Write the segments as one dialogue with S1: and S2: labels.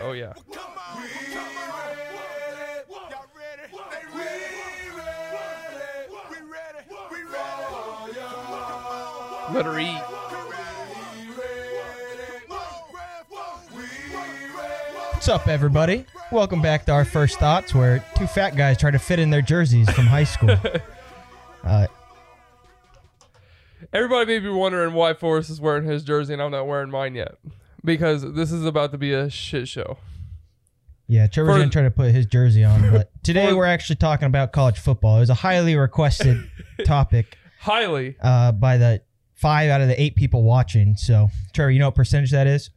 S1: Oh yeah. Let her eat.
S2: What's up, everybody? Welcome back to our first thoughts, where two fat guys try to fit in their jerseys from high school. uh,
S1: Everybody may be wondering why Forrest is wearing his jersey and I'm not wearing mine yet. Because this is about to be a shit show.
S2: yeah, Trevor's
S1: For-
S2: gonna try to put his jersey on, but today
S1: For-
S2: we're actually talking about college football. It was a highly requested topic
S1: Highly.
S2: uh, by the five out of the eight people watching. So, Trevor, you know what percentage that is?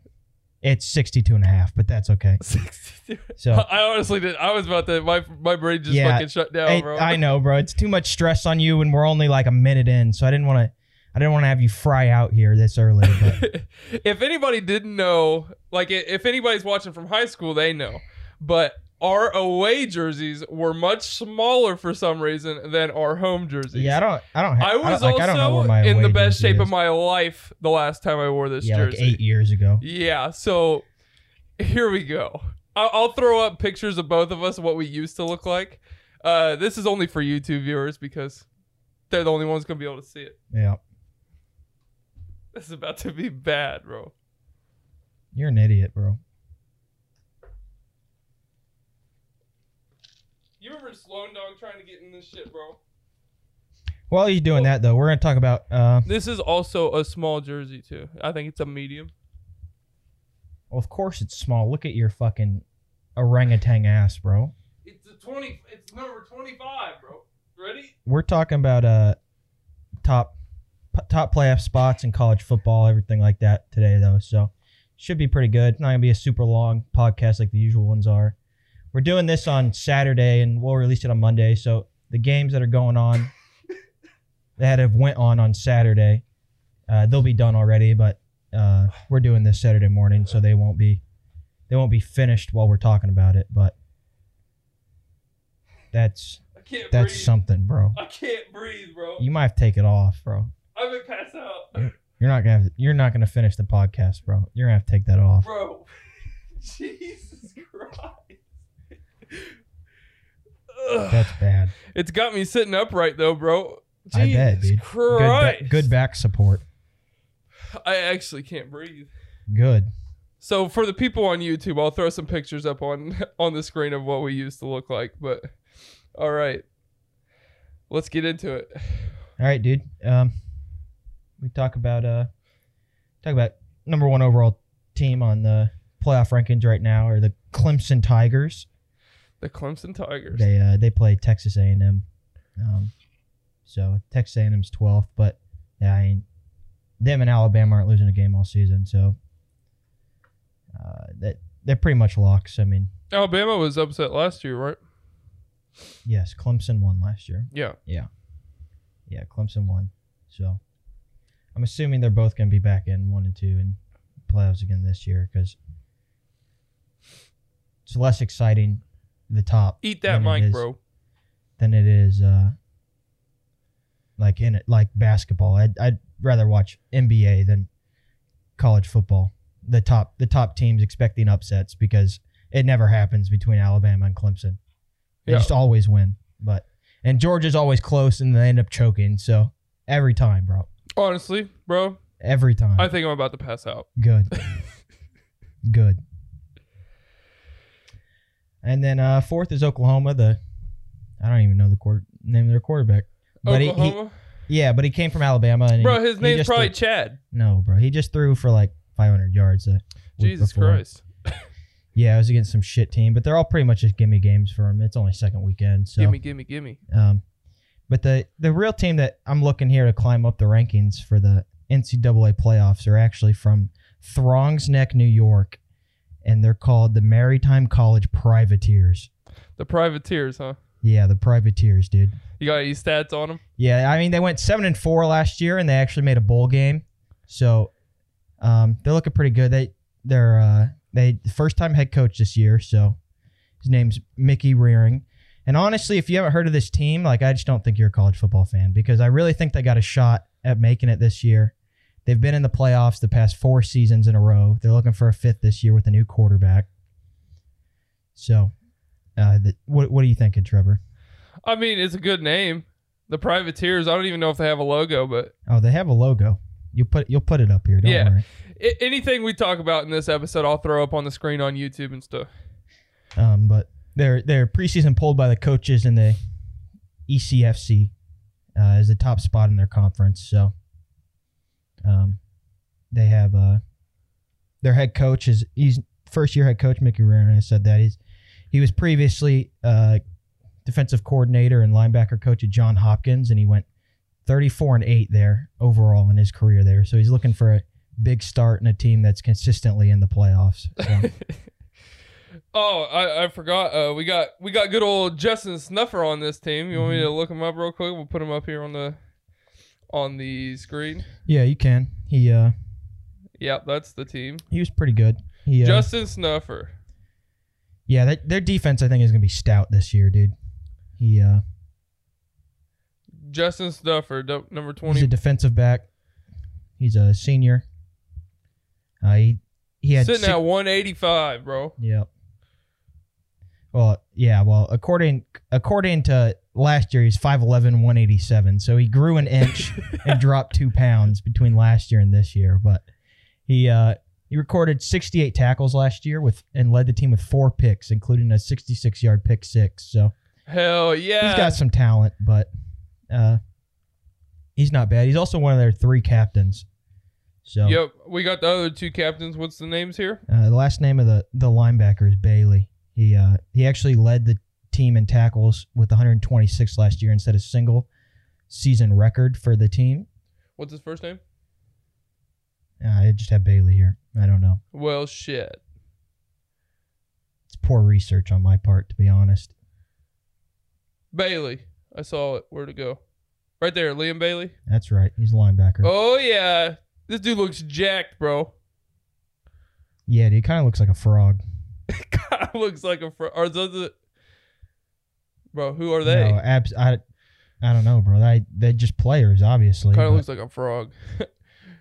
S2: It's 62 and a half, but that's okay.
S1: 62.
S2: So,
S1: I honestly did. I was about to. My my brain just
S2: Yeah.
S1: fucking shut down,
S2: I,
S1: bro.
S2: I know, bro. It's too much stress on you, and we're only like a minute in, so I didn't want to. I didn't want to have you fry out here this early. But
S1: if anybody didn't know, like i- if anybody's watching from high school, they know. But our away jerseys were much smaller for some reason than our home jerseys.
S2: yeah, I don't. I don't. Ha-
S1: I was
S2: don't, like, I don't know where
S1: also
S2: my
S1: in the
S2: away
S1: best
S2: jersey
S1: shape of
S2: is.
S1: my life the last time I wore this
S2: Yeah,
S1: jersey.
S2: like eight years ago.
S1: Yeah, so here we go. I- I'll throw up pictures of both of us, what we used to look like. Uh, this is only for YouTube viewers because they're the only ones gonna be able to see it.
S2: Yeah,
S1: This is about to be bad, bro.
S2: you're an idiot, bro.
S1: You remember Sloan Dog trying to get in this shit, bro?
S2: While you're doing that, though, we're gonna talk about. Uh,
S1: This is also a small jersey too. I think it's a medium.
S2: well, of course, it's small. Look at your fucking orangutan ass, bro.
S1: It's a twenty. It's number twenty-five, bro. Ready?
S2: We're talking about uh, top p- top playoff spots in college football, everything like that today, though. So should be pretty good. Not gonna be a super long podcast like the usual ones are. We're doing this on Saturday, and we'll release it on Monday. So the games that are going on that have went on on Saturday, uh, they'll be done already. But uh, we're doing this Saturday morning, so they won't be they won't be finished while we're talking about it. But that's
S1: I can't
S2: that's
S1: breathe.
S2: something, bro.
S1: I can't breathe, bro.
S2: You might have to take it off, bro.
S1: I'm gonna pass out,
S2: You're not gonna have, you're not gonna finish the podcast, bro. You're gonna have to take that off.
S1: bro. Jesus Christ. Ugh.
S2: That's bad.
S1: It's got me sitting upright though, bro. Jesus
S2: I bet, dude. Good, ba-
S1: Christ.
S2: good back support.
S1: I actually can't breathe.
S2: Good.
S1: So for the people on YouTube, I'll throw some pictures up on on the screen of what we used to look like. But all right, let's get into it.
S2: All right, dude. Um, we talk about uh, talk about number one overall team on the playoff rankings right now are the Clemson Tigers.
S1: The Clemson Tigers.
S2: They uh, they play Texas A and M. Um, so Texas A and M's 12th, but yeah, I mean, them and Alabama aren't losing a game all season, so uh, that they're pretty much locks. I mean,
S1: Alabama was upset last year, right?
S2: Yes, Clemson won last year.
S1: Yeah.
S2: Yeah, Clemson won. So I'm assuming they're both going to be back in one and two and playoffs again this year because it's less exciting the top
S1: Eat
S2: Yeah,
S1: that
S2: it
S1: mic,
S2: is.
S1: bro.
S2: than it is uh like in it like basketball. I'd I'd rather watch NBA than college football. The top the top teams expecting upsets because it never happens between Alabama and Clemson. They
S1: Yeah.
S2: just always win. But and Georgia's always close and they end up choking. So every time, bro.
S1: Honestly, bro,
S2: Every time.
S1: I think I'm about to pass out.
S2: Good. Good. And then uh fourth is Oklahoma, the I don't even know the quarter, name of their quarterback. But he, he
S1: Oklahoma,
S2: yeah, but he came from Alabama and
S1: bro,
S2: he-
S1: his
S2: he
S1: name's
S2: just
S1: probably
S2: threw-
S1: Chad.
S2: No, bro. He just threw for like 500 yards. The week
S1: Jesus
S2: before.
S1: Christ.
S2: Yeah, it was against some shit team, but they're all pretty much just gimme games for him. It's only second weekend, so
S1: Gimme, gimme, gimme.
S2: Um, but the the real team that I'm looking here to climb up the rankings for the NCAA playoffs are actually from Throngs Neck, New York, and they're called the Maritime College Privateers.
S1: The privateers, huh?
S2: Yeah, the Privateers, dude.
S1: You got any stats on them?
S2: Yeah, I mean they went seven and four last year, and they actually made a bowl game. So um, they're looking pretty good. They they're uh, they first time head coach this year. So his name's Mickey Rearing. And honestly, if you haven't heard of this team, like I just don't think you're a college football fan because I really think they got a shot at making it this year. They've been in the playoffs the past four seasons in a row. They're looking for a fifth this year with a new quarterback. So, uh, th- what what are you thinking, Trevor?
S1: I mean, it's a good name. The Privateers. I don't even know if they have a logo, but
S2: Oh, they have a logo. You put you'll put it up here. Don't
S1: Yeah.
S2: worry.
S1: I- anything we talk about in this episode, I'll throw up on the screen on YouTube and stuff.
S2: Um, but they're they're preseason polled by the coaches in the E ECFC uh, as the top spot in their conference. So, um, they have uh, their head coach is he's first year head coach Mickey Rarian. I said that he's he was previously uh, defensive coordinator and linebacker coach at John Hopkins, and he went. 34 and 8 there overall in his career there. So he's looking for a big start in a team that's consistently in the playoffs. So,
S1: Oh, I, I forgot. Uh, we got we got good old Justin Snuffer on this team. You want
S2: Mm-hmm.
S1: me to look him up real quick? We'll put him up here on the on the screen.
S2: yeah, you can. He uh
S1: Yep, that's the team.
S2: He was pretty good. He, uh,
S1: Justin Snuffer.
S2: yeah, that, their defense I think is gonna be stout this year, dude. He uh,
S1: Justin Snuffer, du- number
S2: he's a
S1: twenty.
S2: defensive back. He's a senior. Uh, he he had
S1: Sitting
S2: six-
S1: at one eighty five, bro.
S2: Yep. Well, yeah. Well, according according to last year, he's 5'11", 187. So he grew an inch and dropped two pounds between last year and this year. But he uh, he recorded sixty eight tackles last year with and led the team with four picks, including a sixty six yard pick six. So
S1: Hell yeah.
S2: he's got some talent, but uh, he's not bad. He's also one of their three captains. So
S1: Yep, we got the other two captains. What's the names here?
S2: uh, the last name of the, the linebacker is Bailey. He uh, he actually led the team in tackles with 126 last year and set a single season record for the team.
S1: What's his first name?
S2: Uh, I just have Bailey here. I don't know.
S1: Well, shit.
S2: It's poor research on my part, to be honest.
S1: Bailey. I saw it. Where'd it go? Right there, Liam Bailey.
S2: That's right. He's a linebacker.
S1: Oh yeah, this dude looks jacked, bro.
S2: Yeah, dude, he kind of looks like a frog.
S1: God, looks like a fr- are those the bro? Who are they?
S2: No, abs- I, I don't know, bro. They, they're just players, obviously.
S1: Kind of
S2: but-
S1: looks like a frog.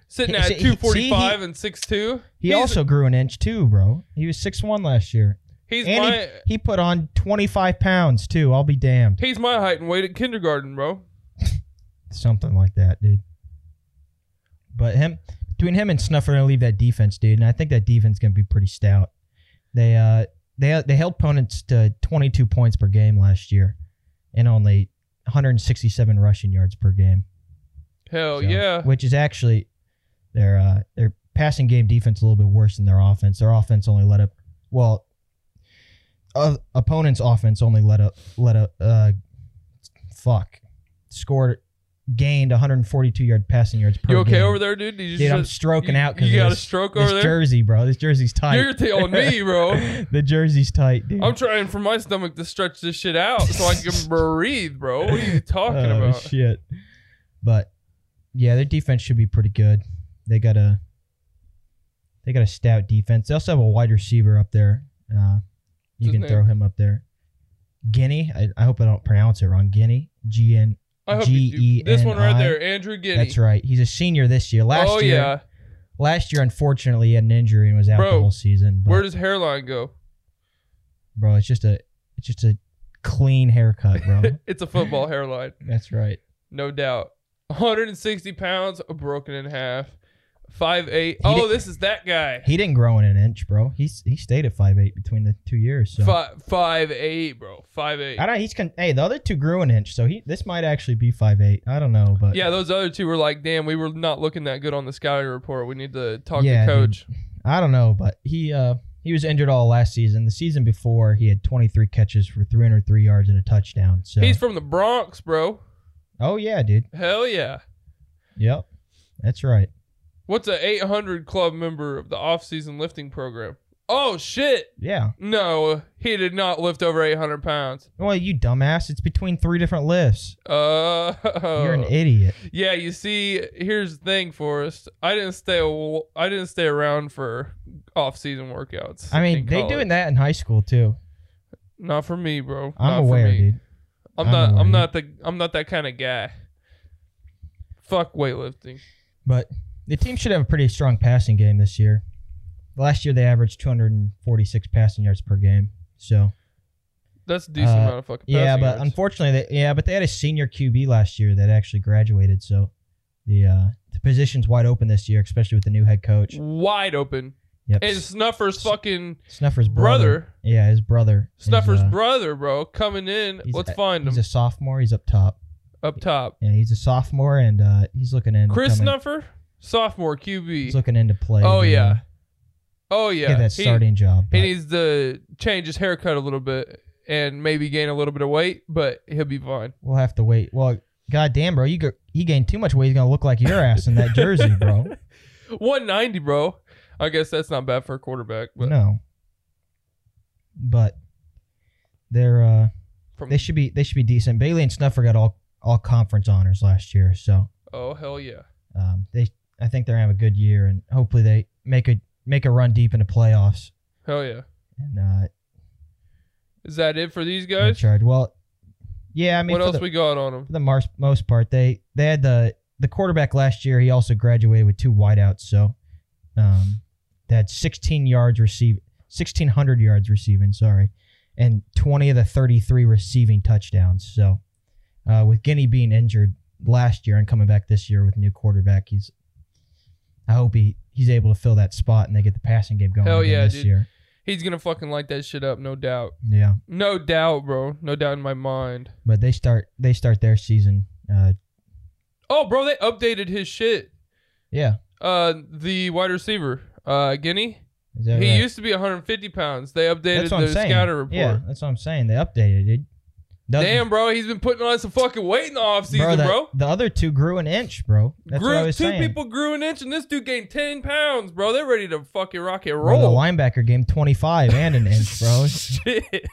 S1: Sitting
S2: He-
S1: at
S2: see, he-
S1: two forty five
S2: see,
S1: and six two.
S2: He also grew an inch too, bro. He was six one last year.
S1: he's
S2: and
S1: my
S2: He put on twenty five pounds too. I'll be damned.
S1: he's my height and weight at kindergarten, bro.
S2: Something like that, dude. But him between him and Snuffer, gonna leave that defense, dude. And I think that defense gonna be pretty stout. They uh they they held opponents to twenty two points per game last year, and only one hundred sixty seven rushing yards per game.
S1: Hell
S2: So,
S1: Oh, yeah.
S2: Which is actually their uh, their passing game defense a little bit worse than their offense. Their offense only let up well, uh, opponent's offense only let up let up uh, fuck scored gained 142 yard passing yards per
S1: You okay
S2: game.
S1: over there, dude? Did you
S2: Dude, I'm
S1: just-
S2: stroking
S1: you,
S2: out because
S1: you got a
S2: this,
S1: stroke
S2: this
S1: over there.
S2: jersey, bro. This jersey's tight.
S1: You're telling me, E, bro.
S2: the jersey's tight, dude.
S1: I'm trying for my stomach to stretch this shit out so I can breathe, bro. What are you talking
S2: Oh,
S1: about?
S2: Shit. But yeah, their defense should be pretty good. They got a they got a stout defense. They also have a wide receiver up there. Uh, you
S1: What's his
S2: can
S1: name?
S2: throw him up there. Guinea. I, I hope I don't pronounce it wrong. Guinea. G N.
S1: I hope you do. This one right
S2: G E N I.
S1: there, Andrew Giddy.
S2: That's right. He's a senior this year. Last
S1: oh
S2: year,
S1: yeah.
S2: last year, unfortunately, he had an injury and was out
S1: Bro,
S2: the whole season. But,
S1: Where does hairline go?
S2: bro, it's just a it's just a clean haircut, bro.
S1: It's a football hairline,
S2: That's right.
S1: no doubt. 160 pounds, broken in half. Five eight. Oh,
S2: did-
S1: this is that guy.
S2: He didn't grow in an inch, bro. He's he stayed at five eight between the two years. So.
S1: Five five eight, bro. Five eight.
S2: I don't. He's con- hey, the other two grew an inch, so he this might actually be five eight. I don't know, but
S1: Yeah, those other two were like, damn, we were not looking that good on the scouting report. We need to talk
S2: Yeah,
S1: to
S2: dude.
S1: coach.
S2: I don't know, but he uh he was injured all last season. The season before, he had twenty three catches for three hundred three yards and a touchdown. So
S1: He's from the Bronx, bro.
S2: oh yeah, dude.
S1: Hell yeah.
S2: Yep, that's right.
S1: What's a 800 club member of the off-season lifting program? Oh shit!
S2: Yeah.
S1: No, he did not lift over 800 pounds.
S2: Well, you dumbass. It's between three different lifts.
S1: Uh,
S2: You're an idiot.
S1: yeah. You see, here's the thing, Forrest. I didn't stay. aw- I didn't stay around for off-season workouts.
S2: I mean,
S1: in
S2: they
S1: college.
S2: doing that in high school too.
S1: Not for me, bro.
S2: I'm
S1: Not for
S2: aware,
S1: me.
S2: dude.
S1: I'm,
S2: I'm
S1: not.
S2: aware,
S1: I'm
S2: dude.
S1: not the. I'm not that kind of guy. Fuck weightlifting.
S2: But the team should have a pretty strong passing game this year. Last year, they averaged two hundred and forty six passing yards per game. So
S1: That's a decent
S2: Uh,
S1: amount of fucking.
S2: yeah,
S1: passing
S2: but
S1: yards.
S2: unfortunately, they, yeah, but they had a senior QB last year that actually graduated. So the uh, the position's wide open this year, especially with the new head coach.
S1: wide open.
S2: Yep,
S1: And Snuffer's fucking
S2: Snuffer's brother.
S1: brother,
S2: Yeah, his brother. is,
S1: Snuffer's
S2: uh,
S1: brother, bro, coming in.
S2: he's
S1: Let's
S2: a-
S1: find him
S2: He's a sophomore. He's up top.
S1: up top.
S2: Yeah, he's a sophomore, and uh, he's looking in.
S1: Chris
S2: coming-
S1: Snuffer, sophomore QB.
S2: He's looking into play.
S1: Oh,
S2: you know,
S1: yeah. oh yeah,
S2: Get that
S1: He-
S2: starting job.
S1: he
S2: but-
S1: needs to change his haircut a little bit and maybe gain a little bit of weight, but he'll be fine.
S2: We'll have to wait. Well, goddamn, bro, you go, he gained too much weight. He's gonna look like your ass in that jersey, bro.
S1: 190, bro. I guess that's not bad for a quarterback, but
S2: no, but they're uh,
S1: from
S2: they should be they should be decent. Bailey and Snuffer got all all conference honors last year, so
S1: oh hell yeah,
S2: um, they I think they're gonna have a good year, and hopefully they make a make a run deep into playoffs
S1: hell yeah.
S2: and uh,
S1: Is that it for these
S2: make
S1: guys?
S2: charge. Well, yeah, I mean,
S1: what
S2: for
S1: else
S2: the,
S1: we got on them?
S2: for the mar- most part, they they had the the quarterback last year. He also graduated with two wideouts, so um, they had 16 yards receive 1600 yards receiving. Sorry, and 20 of the 33 receiving touchdowns. So uh, with Guinea being injured last year and coming back this year with a new quarterback, he's I hope he he's able to fill that spot and they get the passing game going
S1: Hell
S2: again
S1: yeah,
S2: this
S1: dude.
S2: year.
S1: He's gonna fucking light that shit up, no doubt.
S2: Yeah.
S1: No doubt, bro. No doubt in my mind.
S2: But they start they start their season. Uh,
S1: Oh, bro, they updated his shit.
S2: yeah.
S1: Uh, the wide receiver, uh, Guinea.
S2: Is that
S1: he
S2: right?
S1: used to be 150 pounds. They updated
S2: That's what I'm
S1: the
S2: saying.
S1: scouter report.
S2: Yeah, that's what I'm saying. They updated it. The-
S1: Damn, bro, he's been putting on some fucking weight in the
S2: bro,
S1: offseason,
S2: the,
S1: bro.
S2: The other two grew an inch, bro. That's
S1: grew,
S2: what I
S1: two
S2: was saying.
S1: people grew an inch, and this dude gained 10 pounds, bro. They're ready to fucking rock and
S2: Bro,
S1: roll.
S2: the linebacker game 25 and an inch, bro.
S1: shit.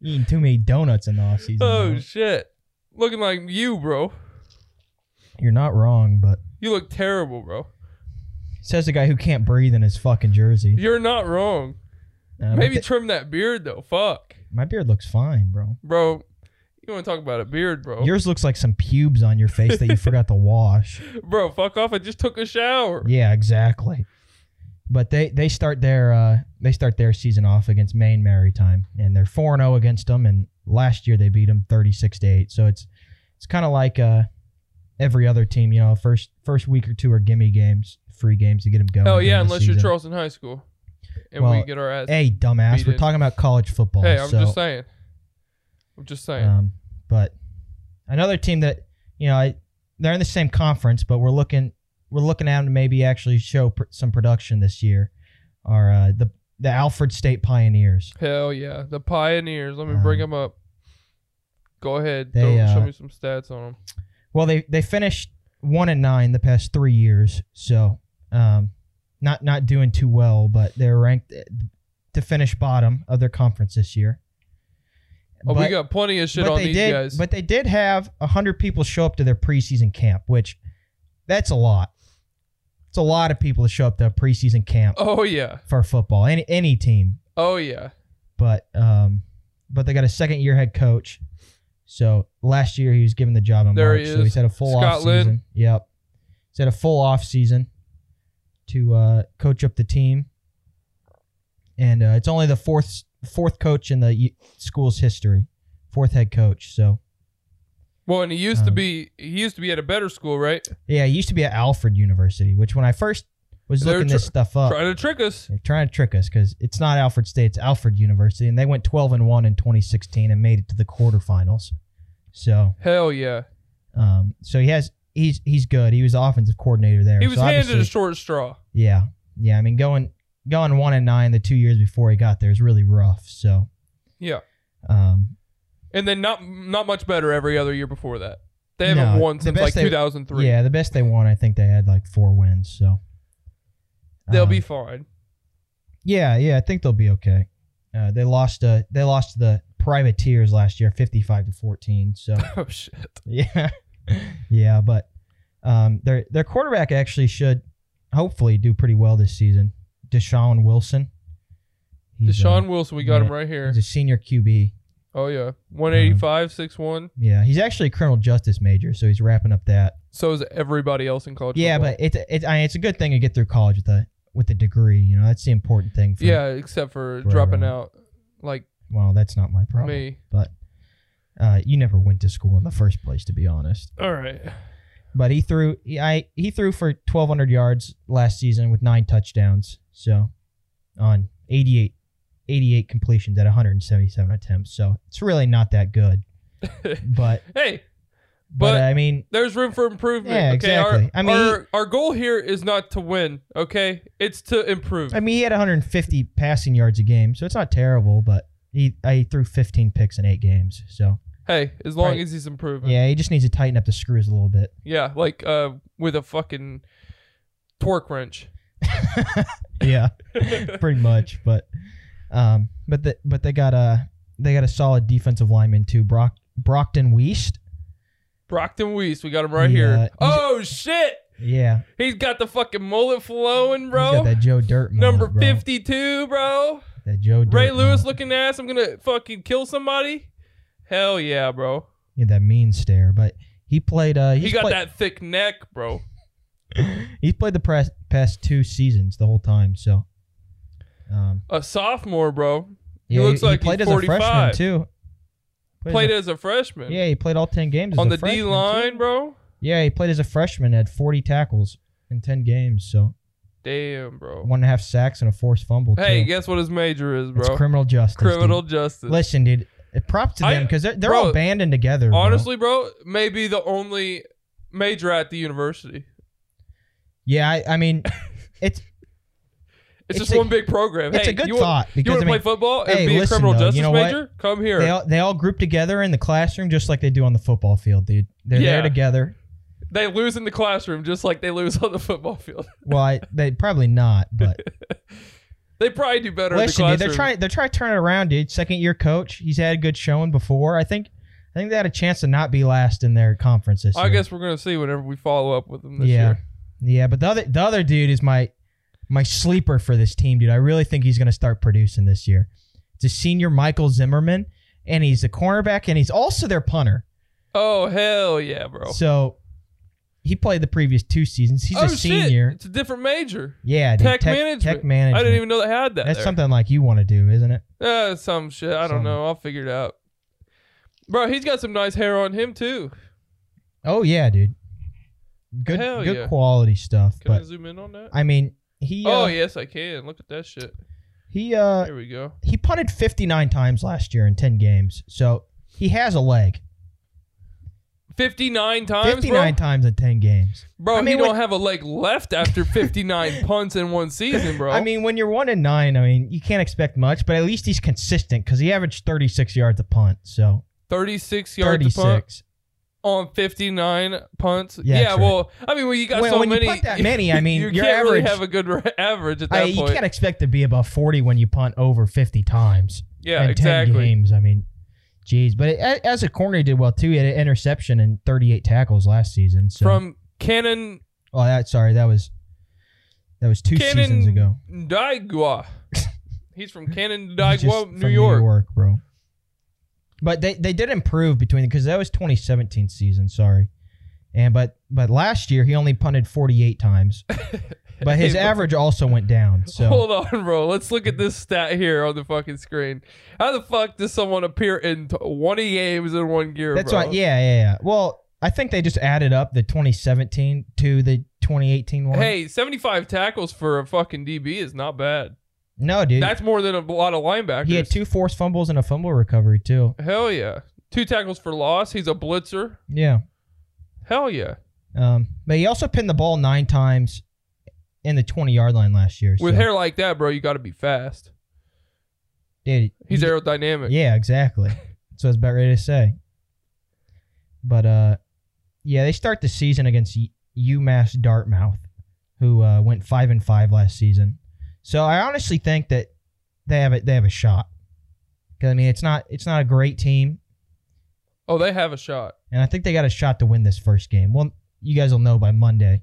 S2: Eating too many donuts in the offseason.
S1: Oh,
S2: bro.
S1: shit. Looking like you, bro.
S2: You're not wrong, but
S1: You look terrible, bro.
S2: says the guy who can't breathe in his fucking jersey.
S1: You're not wrong.
S2: Uh, my,
S1: Maybe
S2: th-
S1: trim that beard, though. Fuck.
S2: my beard looks fine, bro.
S1: Bro, you want to talk about a beard, bro.
S2: Yours looks like some pubes on your face that you forgot to wash.
S1: bro, fuck off. I just took a shower.
S2: Yeah, exactly. But they they start their uh, they start their season off against Maine Maritime, and they're four zero against them. And last year they beat them thirty six to eight. So it's it's kind of like uh, every other team, you know, first first week or two are gimme games, free games to get them going.
S1: Oh, yeah,
S2: during the
S1: unless you're
S2: season.
S1: Charleston High School. And we
S2: Well,
S1: get our ass.
S2: Hey, dumbass,
S1: Beat
S2: we're
S1: it.
S2: talking about college football.
S1: Hey, I'm
S2: so,
S1: just saying. I'm just saying.
S2: Um, but another team that you know I, they're in the same conference, but we're looking we're looking at them to maybe actually show pr- some production this year. Are uh, the the Alfred State Pioneers?
S1: Hell yeah, the Pioneers. Let me
S2: Um,
S1: bring them up. Go ahead.
S2: they,
S1: Don't show
S2: uh,
S1: me some stats on them.
S2: Well, they they finished one and nine the past three years, so um, not not doing too well, but they're ranked uh, to finish bottom of their conference this year.
S1: Oh, we
S2: But-
S1: got plenty of shit on
S2: they
S1: these
S2: did,
S1: guys.
S2: But they did have hundred people show up to their preseason camp, which that's a lot. It's a lot of people to show up to a preseason camp
S1: oh yeah,
S2: for football, any any team.
S1: oh yeah.
S2: But um, but they got a second year head coach. So last year he was given the job in
S1: There
S2: March,
S1: he
S2: so
S1: is.
S2: he's had a full off
S1: Scotland.
S2: season. Yep, he's had a full off season to uh, coach up the team, and uh, it's only the fourth fourth coach in the y- school's history, fourth head coach. So
S1: Well, and he used to
S2: Um,
S1: be he used to be at a better school, right?
S2: Yeah, it used to be at Alfred University, which when I first was
S1: They're
S2: looking
S1: tr-
S2: this stuff up,
S1: Trying to trick us.
S2: they're trying to trick us because it's not Alfred State, it's Alfred University, and they went 12 and one in 2016 and made it to the quarterfinals. So,
S1: Hell yeah.
S2: um, so he has he's he's good. He was the offensive coordinator there.
S1: He was
S2: so
S1: handed a
S2: obviously-
S1: short straw.
S2: yeah, yeah. I mean, going going one and nine the two years before he got there is really rough. So,
S1: Yeah,
S2: um,
S1: and then not not much better every other year before that. They haven't
S2: No,
S1: won
S2: the
S1: since
S2: best
S1: like
S2: they-
S1: 2003.
S2: yeah, the best they won, I think they had like four wins. So
S1: They'll
S2: um,
S1: be fine.
S2: Yeah, yeah, I think they'll be okay. Uh, they lost uh they lost to the privateers last year, fifty five to fourteen. So
S1: Oh shit.
S2: yeah, yeah, but um, their their quarterback actually should hopefully do pretty well this season. Deshaun Wilson. He's, uh,
S1: Deshaun Wilson, we got
S2: yeah,
S1: him right here.
S2: he's a Uh-huh. senior QB.
S1: Oh yeah, 185, 6'1".
S2: Yeah, he's actually a criminal justice major, so he's wrapping up that.
S1: So is everybody else in college.
S2: Yeah,
S1: football.
S2: but it's it's I mean, it's a good thing to get through college with a with a degree. You know, that's the important thing. For,
S1: Yeah, except for
S2: for
S1: dropping
S2: everyone.
S1: out like
S2: Well, that's not my problem.
S1: Me.
S2: But uh, you never went to school in the first place, to be honest.
S1: All right.
S2: But he threw. He, I he threw for 1,200 yards last season with nine touchdowns. So on 88, 88 completions at 177 attempts. So it's really not that good. But
S1: Hey,
S2: but,
S1: But-
S2: I mean,
S1: there's room for improvement.
S2: Yeah,
S1: okay,
S2: exactly.
S1: Our,
S2: I mean-
S1: our, our goal here is not to win. Okay, it's to improve.
S2: I mean, he had 150 passing yards a game, so it's not terrible. But he I threw 15 picks in eight games. So
S1: hey, as long
S2: Right.
S1: as he's improving.
S2: yeah, he just needs to tighten up the screws a little bit.
S1: Yeah, like uh, with a fucking torque wrench.
S2: Yeah. pretty much. But um, but the, but they got a they got a solid defensive lineman too. Brock Brockton Weist.
S1: Brockton Weiss, we got him right
S2: He,
S1: here.
S2: uh, he's-
S1: oh shit,
S2: Yeah,
S1: he's got the fucking mullet flowing,
S2: he's
S1: bro.
S2: got that Joe Dirt mullet,
S1: Number
S2: bro.
S1: fifty-two, bro.
S2: That Joe Dirt
S1: Ray Lewis
S2: mullet.
S1: looking ass. I'm gonna fucking kill somebody. Hell yeah, bro.
S2: Yeah, that mean stare. But he played. Uh, he's
S1: he got
S2: played,
S1: that thick neck, bro.
S2: He's played the press, past two seasons the whole time. So. Um,
S1: A sophomore, bro. He
S2: yeah,
S1: looks like he's
S2: played as a
S1: 45.
S2: freshman too. as
S1: Played
S2: a-
S1: as a freshman.
S2: Yeah, he played all ten games as
S1: on
S2: a
S1: the D
S2: freshman, too.
S1: line, bro.
S2: Yeah, he played as a freshman had forty tackles in ten games, so
S1: Damn, bro.
S2: one and a half sacks and a forced fumble.
S1: Hey,
S2: too.
S1: guess what his major is, bro?
S2: It's criminal justice. dude.
S1: Criminal justice.
S2: Listen, dude. uh, Props to
S1: I-
S2: them because they're, they're
S1: bro,
S2: all banding together. bro.
S1: Honestly, bro, maybe the only major at the university.
S2: yeah. I, I mean, it's
S1: It's,
S2: It's
S1: just
S2: a-
S1: one big program.
S2: it's
S1: hey,
S2: a good
S1: you want,
S2: thought
S1: you want
S2: because I
S1: to play
S2: mean,
S1: football and
S2: hey,
S1: be a
S2: listen,
S1: criminal
S2: though, you
S1: justice
S2: know what?
S1: major? Come here.
S2: they all they all group together in the classroom just like they do on the football field, dude. They're
S1: Yeah.
S2: there together.
S1: they lose in the classroom just like they lose on the football field.
S2: Well, I, they probably not, but
S1: They probably do better
S2: listen,
S1: in the
S2: dude.
S1: classroom.
S2: They're trying they're trying to turn it around, dude. Second year coach, he's had a good showing before. I think I think they had a chance to not be last in their conference this
S1: I
S2: year.
S1: guess we're gonna see whenever we follow up with them this
S2: yeah,
S1: year.
S2: yeah. But the other the other dude is my my sleeper for this team, dude. I really think he's gonna start producing this year. It's a senior Michael Zimmerman, and he's a cornerback, and he's also their punter.
S1: Oh hell yeah, bro.
S2: So he played the previous two seasons. He's
S1: oh
S2: a senior.
S1: shit, it's a different major.
S2: Yeah, dude.
S1: Tech management.
S2: Tech management.
S1: I didn't even know they had that.
S2: That's
S1: there.
S2: something like you want to do, isn't it?
S1: Uh, some shit. I don't
S2: Some-
S1: know. I'll figure it out. Bro, he's got some nice hair on him too.
S2: Oh yeah, dude. Good,
S1: Hell
S2: good
S1: yeah.
S2: quality stuff.
S1: Can I
S2: but
S1: zoom in on that?
S2: I mean, he. Uh,
S1: Oh yes, I can. Look at that shit.
S2: He uh,
S1: There we go.
S2: he punted 59 times last year in 10 games, so he has a leg.
S1: Fifty nine times,
S2: 59 times in 10 games.
S1: bro. Bro,
S2: I mean,
S1: he don't
S2: when-
S1: have a leg left after fifty nine punts in one season, bro.
S2: I mean, when you're one and nine, I mean, you can't expect much, but at least he's consistent because he averaged 36 yards a punt. So
S1: thirty six yards to punt
S2: 36.
S1: on fifty nine punts.
S2: Yeah,
S1: Yeah,
S2: that's right.
S1: well, I mean, when you got
S2: When-
S1: so
S2: when you
S1: many,
S2: punt that many, I mean,
S1: you
S2: your
S1: can't really
S2: average-
S1: have a good re- average at
S2: I,
S1: that
S2: you
S1: point.
S2: can't expect to be above 40 when you punt over 50 times
S1: Yeah,
S2: in 10
S1: exactly.
S2: games. I mean, geez, but a as a corner, he did well too. He had an interception and 38 tackles last season. So,
S1: From Cannon
S2: oh, that sorry, that was that was two seasons ago.
S1: Daigua. He's from
S2: He's just
S1: Canandaigua,
S2: from
S1: New York.
S2: New York, bro. But they, they did improve between because that was 2017 season. Sorry, and but but last year he only punted 48 times, but his
S1: Hey, look-
S2: average also went down. So
S1: Hold on, bro. Let's look at this stat here on the fucking screen. How the fuck does someone appear in t- 20 games in one year,
S2: that's
S1: bro?
S2: why, yeah, yeah, yeah. Well, I think they just added up the 2017 to the 2018 one.
S1: Hey, 75 tackles for a fucking DB is not bad.
S2: no, dude,
S1: That's more than a lot of linebackers.
S2: he had two forced fumbles and a fumble recovery too.
S1: Hell yeah. Two tackles for loss. He's a blitzer.
S2: Yeah.
S1: Hell yeah.
S2: Um, but he also pinned the ball nine times in the 20 yard line last year.
S1: With
S2: so,
S1: hair like that, bro, you got to be fast.
S2: dude,
S1: He's
S2: he-
S1: aerodynamic.
S2: Yeah, exactly. so it's about ready to say. But uh, yeah, they start the season against U- UMass Dartmouth, who uh, went five and five last season. So I honestly think that they have a, they have a shot. 'Cause, I mean, it's not it's not a great team,
S1: Oh, they have a shot.
S2: and I think they got a shot to win this first game. Well, you guys will know by Monday.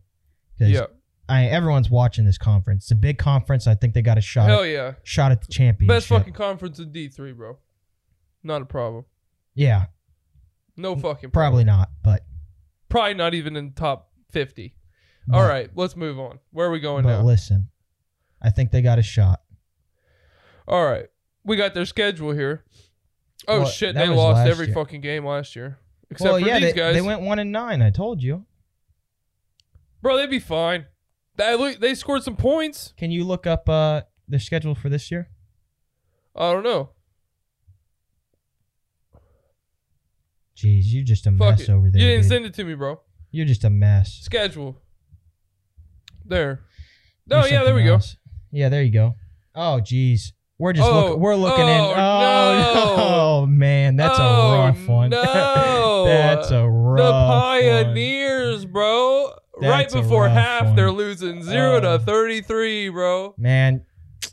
S2: 'Cause
S1: Yeah.
S2: I everyone's watching this conference. It's a big conference. I think they got a shot
S1: Hell yeah.
S2: shot at the championship.
S1: Best fucking conference in D3, bro. Not a problem.
S2: yeah,
S1: No fucking problem.
S2: probably not, but
S1: Probably not even in top 50.
S2: but-
S1: All right, let's move Oh, on. Where are we going
S2: But
S1: now?
S2: listen, I think they got a shot.
S1: All right. we got their schedule here. Oh
S2: Well,
S1: shit,
S2: that
S1: they
S2: was
S1: lost
S2: last
S1: every
S2: year.
S1: fucking game last year. Except
S2: well,
S1: for
S2: yeah,
S1: these
S2: they,
S1: guys.
S2: they went one and nine. I told you.
S1: Bro, they'd be fine. They, look- they scored some points.
S2: Can you look up uh, their schedule for this year?
S1: I don't know.
S2: Jeez, you're just a
S1: Fuck
S2: mess
S1: it.
S2: over there.
S1: you didn't
S2: dude.
S1: send it to me, bro.
S2: you're just a mess.
S1: Schedule. There. No, Oh,
S2: You're
S1: yeah, there
S2: something
S1: we go.
S2: else. Yeah, there you go. Oh, jeez. We're just
S1: Oh,
S2: look, we're looking in.
S1: oh,
S2: Oh,
S1: no.
S2: oh, man, that's
S1: Oh,
S2: a rough one.
S1: no.
S2: that's a rough
S1: The
S2: One.
S1: Pioneers, bro.
S2: That's a
S1: right before
S2: rough
S1: half,
S2: one.
S1: they're losing zero
S2: Oh.
S1: to thirty-three, bro.
S2: Man,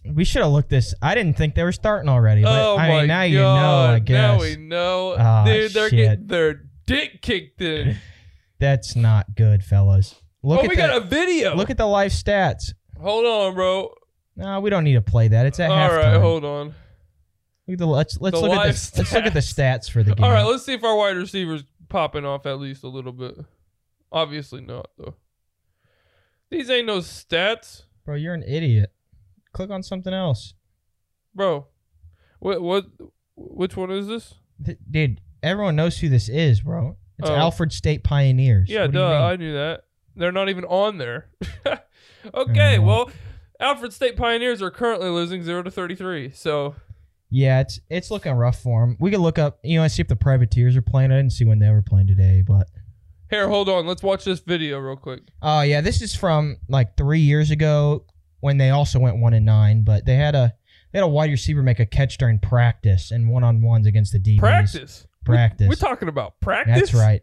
S2: we should have looked this. I didn't think they were starting already. But,
S1: oh
S2: I
S1: my
S2: mean, now
S1: god!
S2: you know. I guess
S1: Now we know,
S2: Ah,
S1: dude. They're
S2: shit.
S1: getting their dick kicked in.
S2: that's not good, fellas. Look
S1: oh,
S2: at
S1: we
S2: the,
S1: got a video.
S2: look at the live stats.
S1: hold on, bro.
S2: No, we don't need to play that. It's at
S1: All
S2: halftime.
S1: right, hold on.
S2: Look at the, let's let's
S1: The
S2: look at
S1: live
S2: the let's look at the stats for the game.
S1: All right, let's see if our wide receivers popping off at least a little bit. Obviously not though. These ain't no stats,
S2: bro, you're an idiot. Click on something else,
S1: bro. What? What? Which one is this?
S2: Th- dude. Everyone knows who this is, bro. It's
S1: Oh.
S2: Alfred State Pioneers.
S1: Yeah,
S2: What do you
S1: duh.
S2: mean?
S1: I knew that. They're not even on there. okay,
S2: Oh.
S1: well, Alfred State Pioneers are currently losing zero to thirty-three. So
S2: Yeah, it's it's looking rough for them. We could look up, you know, and see if the Privateers are playing. I didn't see when they were playing today, but
S1: here, hold on. Let's watch this video real quick.
S2: oh yeah, this is from like three years ago when they also went one and nine, but they had a they had a wide receiver make a catch during practice and one on ones against the DBs.
S1: Practice.
S2: Practice.
S1: We're talking about practice.
S2: That's right.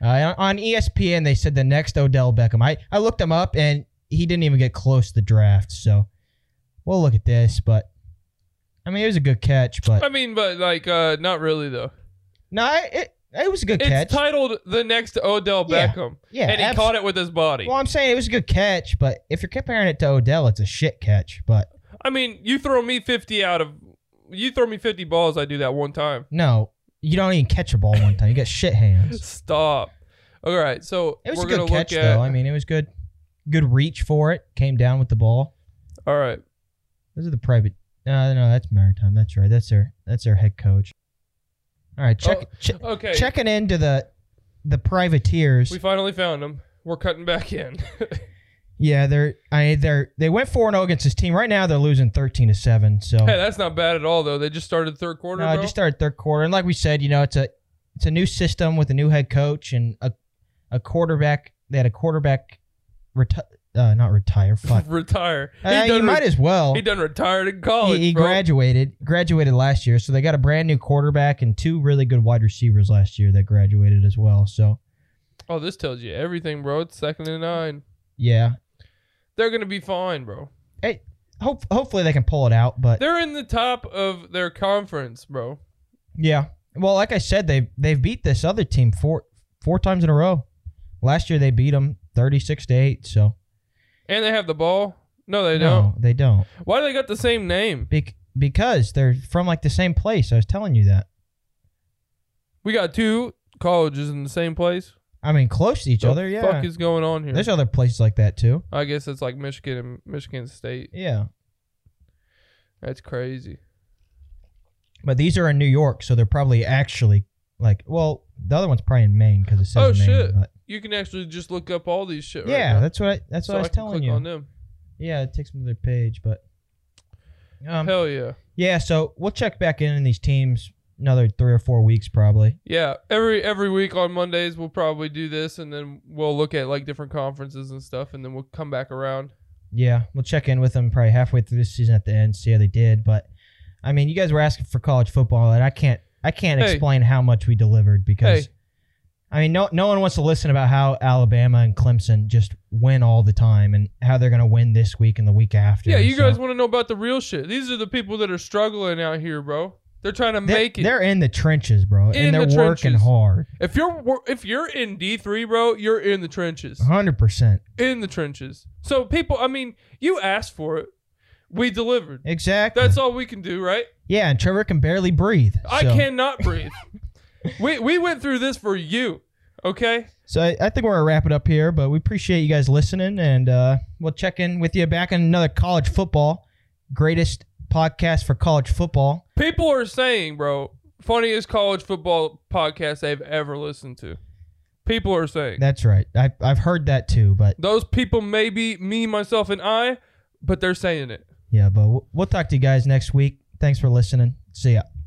S2: Uh, on ESPN, they said the next Odell Beckham. I, I looked him up, and he didn't even get close to the draft. So we'll look at this. But I mean, it was a good catch. But
S1: I mean, but like, uh, not really though.
S2: no, I- it, it was a good
S1: It's
S2: catch.
S1: titled "The Next Odell
S2: Yeah.
S1: Beckham,"
S2: yeah,
S1: and he
S2: abs-
S1: caught it with his body.
S2: Well, I'm saying it was a good catch, but if you're comparing it to Odell, it's a shit catch. But
S1: I mean, you throw me fifty out of you throw me fifty balls, I do that one time.
S2: no, you don't even catch a ball one time. You get shit hands.
S1: Stop. All right, so
S2: It was
S1: we're
S2: a
S1: gonna
S2: good catch,
S1: look at.
S2: though. I mean, it was good. Good reach for it. Came down with the ball.
S1: All right,
S2: Those are the private. No, no, that's maritime. That's right. That's their that's their head coach. All right, check che-
S1: Oh, okay.
S2: checking into the the privateers.
S1: We finally found him. We're cutting back in.
S2: Oh. yeah, they're I they're they went four and zero against this team. Right now, they're losing thirteen to seven. So
S1: hey, that's not bad at all, though. They just started third quarter,
S2: no,
S1: bro.
S2: just started third quarter. And like we said, you know, it's a it's a new system with a new head coach and a a quarterback. They had a quarterback retire, uh, not retire. Fuck,
S1: Retire. He
S2: uh,
S1: done
S2: you
S1: re-
S2: might as well.
S1: he done retired in
S2: He-
S1: college,
S2: he
S1: bro.
S2: graduated graduated last year, so they got a brand new quarterback and two really good wide receivers last year that graduated as well. So
S1: oh, this tells you everything, bro. It's second and nine.
S2: yeah,
S1: They're gonna be fine, bro.
S2: hope hopefully they can pull it out. But
S1: They're in the top of their conference, bro.
S2: yeah, well, like I said, they they've beat this other team four four times in a row. Last year they beat them thirty six to eight. So
S1: And they have the ball. No, they
S2: no, they don't
S1: don't. Why do they got the same name?
S2: Bec- because they're from like the same place. I was telling you that.
S1: We got two colleges in the same place.
S2: I mean, close to each
S1: The
S2: other. Yeah,
S1: Fuck is going on here?
S2: there's other places like that too.
S1: I guess it's like Michigan and Michigan State.
S2: Yeah,
S1: That's crazy.
S2: But these are in New York, so they're probably actually like, well, the other one's probably in Maine because it says
S1: Oh,
S2: Maine.
S1: shit.
S2: but-
S1: You can actually just look up all these shit. Right
S2: yeah,
S1: now.
S2: that's what I, that's
S1: so
S2: what I was
S1: can
S2: telling
S1: click
S2: you.
S1: on them.
S2: Yeah, it takes me to their page, but um,
S1: Hell yeah,
S2: yeah. So we'll check back in in these teams another three or four weeks probably.
S1: yeah. Every every week on Mondays we'll probably do this, and then we'll look at like different conferences and stuff, and then we'll come back around.
S2: Yeah, we'll check in with them probably halfway through this season at the end, see how they did. But I mean, you guys were asking for college football, and I can't I can't
S1: Hey.
S2: explain how much we delivered because.
S1: Hey.
S2: I mean, no, no one wants to listen about how Alabama and Clemson just win all the time and how they're going to win this week and the week after.
S1: yeah, you
S2: So-
S1: guys want to know about the real shit? These are the people that are struggling out here, bro. They're trying to
S2: they're,
S1: make it.
S2: They're in the trenches, bro,
S1: In
S2: and they're
S1: the
S2: working
S1: trenches.
S2: hard.
S1: If you're wor- if you're in D three, bro, you're in the trenches.
S2: Uh-huh. 100%.
S1: In the trenches. So people, I mean, you asked for it, we delivered.
S2: Exactly.
S1: That's all we can do, right?
S2: yeah, and Trevor can barely breathe.
S1: I
S2: so-
S1: cannot breathe. we we went through this for you, okay?
S2: So I, I think we're going to wrap it up here, but we appreciate you guys listening, and uh, we'll check in with you back in another college football, greatest podcast for college football.
S1: People are saying, bro, funniest college football podcast they've ever listened to. People are saying
S2: That's right. I, I've heard that too, but
S1: those people may be me, myself, and I, but they're saying it.
S2: yeah, but we'll, we'll talk to you guys next week. Thanks for listening. See ya.